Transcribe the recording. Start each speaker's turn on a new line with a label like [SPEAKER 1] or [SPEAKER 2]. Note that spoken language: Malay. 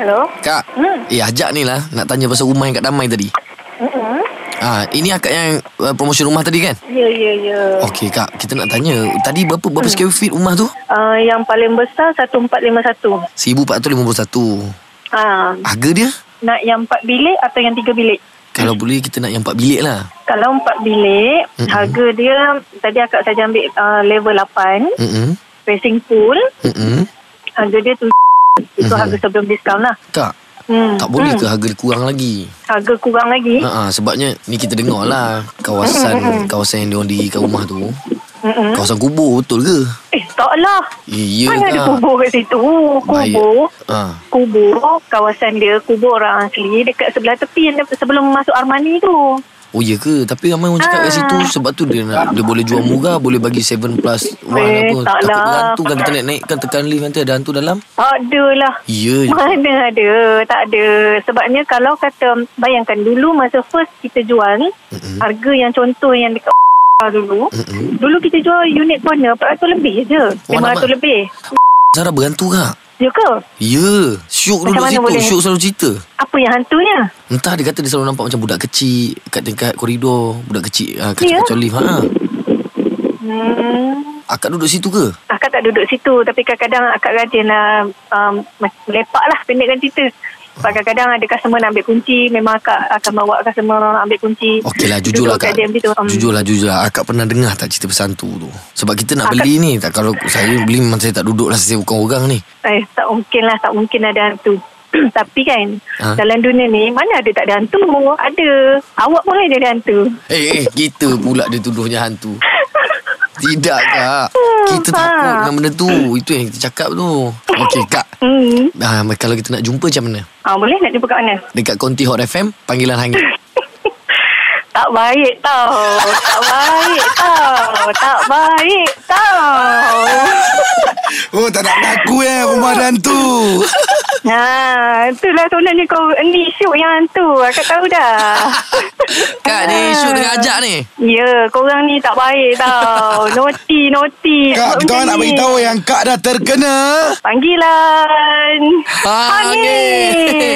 [SPEAKER 1] Hello?
[SPEAKER 2] Kak
[SPEAKER 1] Hmm.
[SPEAKER 2] Eh ajak ni lah Nak tanya pasal rumah yang kat Damai tadi
[SPEAKER 1] Mm-mm.
[SPEAKER 2] Ah, Ini akak yang uh, Promosi rumah tadi kan
[SPEAKER 1] hmm. Ya, ya, ya.
[SPEAKER 2] Okey kak Kita nak tanya Tadi berapa Berapa square feet rumah tu
[SPEAKER 1] Uh, yang paling besar 1451.
[SPEAKER 2] 1451
[SPEAKER 1] Ha,
[SPEAKER 2] Harga dia
[SPEAKER 1] nak yang 4 bilik atau yang 3 bilik?
[SPEAKER 2] Kalau boleh kita nak yang 4 bilik lah
[SPEAKER 1] Kalau 4 bilik,
[SPEAKER 2] Mm-mm.
[SPEAKER 1] mm harga dia tadi akak saja ambil uh, level 8,
[SPEAKER 2] Mm-mm.
[SPEAKER 1] facing pool,
[SPEAKER 2] Mm-mm.
[SPEAKER 1] harga dia tu itu
[SPEAKER 2] Mhm.
[SPEAKER 1] harga sebelum diskaun lah.
[SPEAKER 2] Kak
[SPEAKER 1] Hmm.
[SPEAKER 2] Tak boleh
[SPEAKER 1] Hmm.
[SPEAKER 2] ke harga dia kurang lagi
[SPEAKER 1] Harga kurang lagi?
[SPEAKER 2] Ha, sebabnya ni kita dengar lah kawasan kawasan yang diorang dirikan rumah tu.
[SPEAKER 1] Mm-mm.
[SPEAKER 2] Kawasan kubur betul ke?
[SPEAKER 1] Hmm, Eh, taklah.
[SPEAKER 2] Eh, ya
[SPEAKER 1] Mana ada
[SPEAKER 2] kak.
[SPEAKER 1] kubur kat situ? Kubur.
[SPEAKER 2] Ha.
[SPEAKER 1] Kubur, kawasan dia, kubur orang asli dekat sebelah tepi yang de- sebelum masuk Armani tu.
[SPEAKER 2] Oh ya ke? Tapi ramai orang cakap kat
[SPEAKER 1] Ah.
[SPEAKER 2] situ sebab tu dia nak dia boleh jual murah, boleh bagi 7 plus 1
[SPEAKER 1] Eh,
[SPEAKER 2] apa.
[SPEAKER 1] tak
[SPEAKER 2] Takut
[SPEAKER 1] lah.
[SPEAKER 2] berhantu kan kita naik naikkan tekan lift nanti ada hantu dalam.
[SPEAKER 1] Adalah.
[SPEAKER 2] Ya. je.
[SPEAKER 1] Mana ada, tak ada. Sebabnya kalau kata, bayangkan dulu masa first kita jual,
[SPEAKER 2] Mm-mm.
[SPEAKER 1] harga yang contoh yang dekat dulu,
[SPEAKER 2] Mm-mm.
[SPEAKER 1] dulu kita jual unit corner 400 lebih je.
[SPEAKER 2] Oh, nama-
[SPEAKER 1] 500 lebih.
[SPEAKER 2] Sarah berhantu kak?
[SPEAKER 1] Ya ke?
[SPEAKER 2] Ya. Syuk duduk
[SPEAKER 1] Macam mana
[SPEAKER 2] situ.
[SPEAKER 1] boleh?
[SPEAKER 2] Syuk selalu cerita.
[SPEAKER 1] Apa yang hantunya?
[SPEAKER 2] Entah dia kata dia selalu nampak macam budak kecil kat dekat koridor. Budak kecil
[SPEAKER 1] Ya?
[SPEAKER 2] ha, kacau-kacau lift. Ha.
[SPEAKER 1] Hmm.
[SPEAKER 2] Akak duduk situ ke?
[SPEAKER 1] Akak tak duduk situ Tapi kadang-kadang akak rajin lah um, Lepak lah pendekkan cerita Sebab
[SPEAKER 2] Oh.
[SPEAKER 1] kadang-kadang ada customer nak ambil kunci Memang akak akan bawa customer ambil kunci
[SPEAKER 2] Okey lah jujur lah
[SPEAKER 1] Duduk kat
[SPEAKER 2] kak
[SPEAKER 1] dia macam tu. Um,
[SPEAKER 2] Jujur lah jujur lah Akak pernah dengar tak cerita pesantu tu Sebab kita nak
[SPEAKER 1] Akak-
[SPEAKER 2] beli ni tak Kalau saya beli memang saya tak duduk lah Saya bukan orang ni
[SPEAKER 1] Eh, tak mungkin lah, tak mungkin ada hantu. Tapi kan,
[SPEAKER 2] Ha?
[SPEAKER 1] ha? dalam dunia ni, mana ada tak ada hantu? Ada. Awak pun kan ada hantu.
[SPEAKER 2] Eh eh kita pula dia tuduhnya hantu Tidak kak
[SPEAKER 1] Hmm,
[SPEAKER 2] Kita
[SPEAKER 1] ha.
[SPEAKER 2] takut dengan benda tu Itu yang kita cakap tu Okey kak
[SPEAKER 1] Hmm.
[SPEAKER 2] ah, Kalau kita nak jumpa macam mana
[SPEAKER 1] Ha, boleh nak jumpa kat mana?
[SPEAKER 2] Dekat Konti Hot FM Panggilan Hangat
[SPEAKER 1] Tak baik tau. tak baik tau. Tak baik tau.
[SPEAKER 3] Oh tak nak mengaku eh rumah dan tu
[SPEAKER 1] Ha, itulah sebenarnya kau ni syuk yang hantu. Aku tahu dah.
[SPEAKER 2] Kak ni isu dengan ajak ni
[SPEAKER 1] Ya, korang ni tak baik tau. Naughty, naughty.
[SPEAKER 3] Kak kita orang nak beritahu yang kak dah terkena
[SPEAKER 1] Panggilan.
[SPEAKER 2] Hangit.
[SPEAKER 1] Hangit.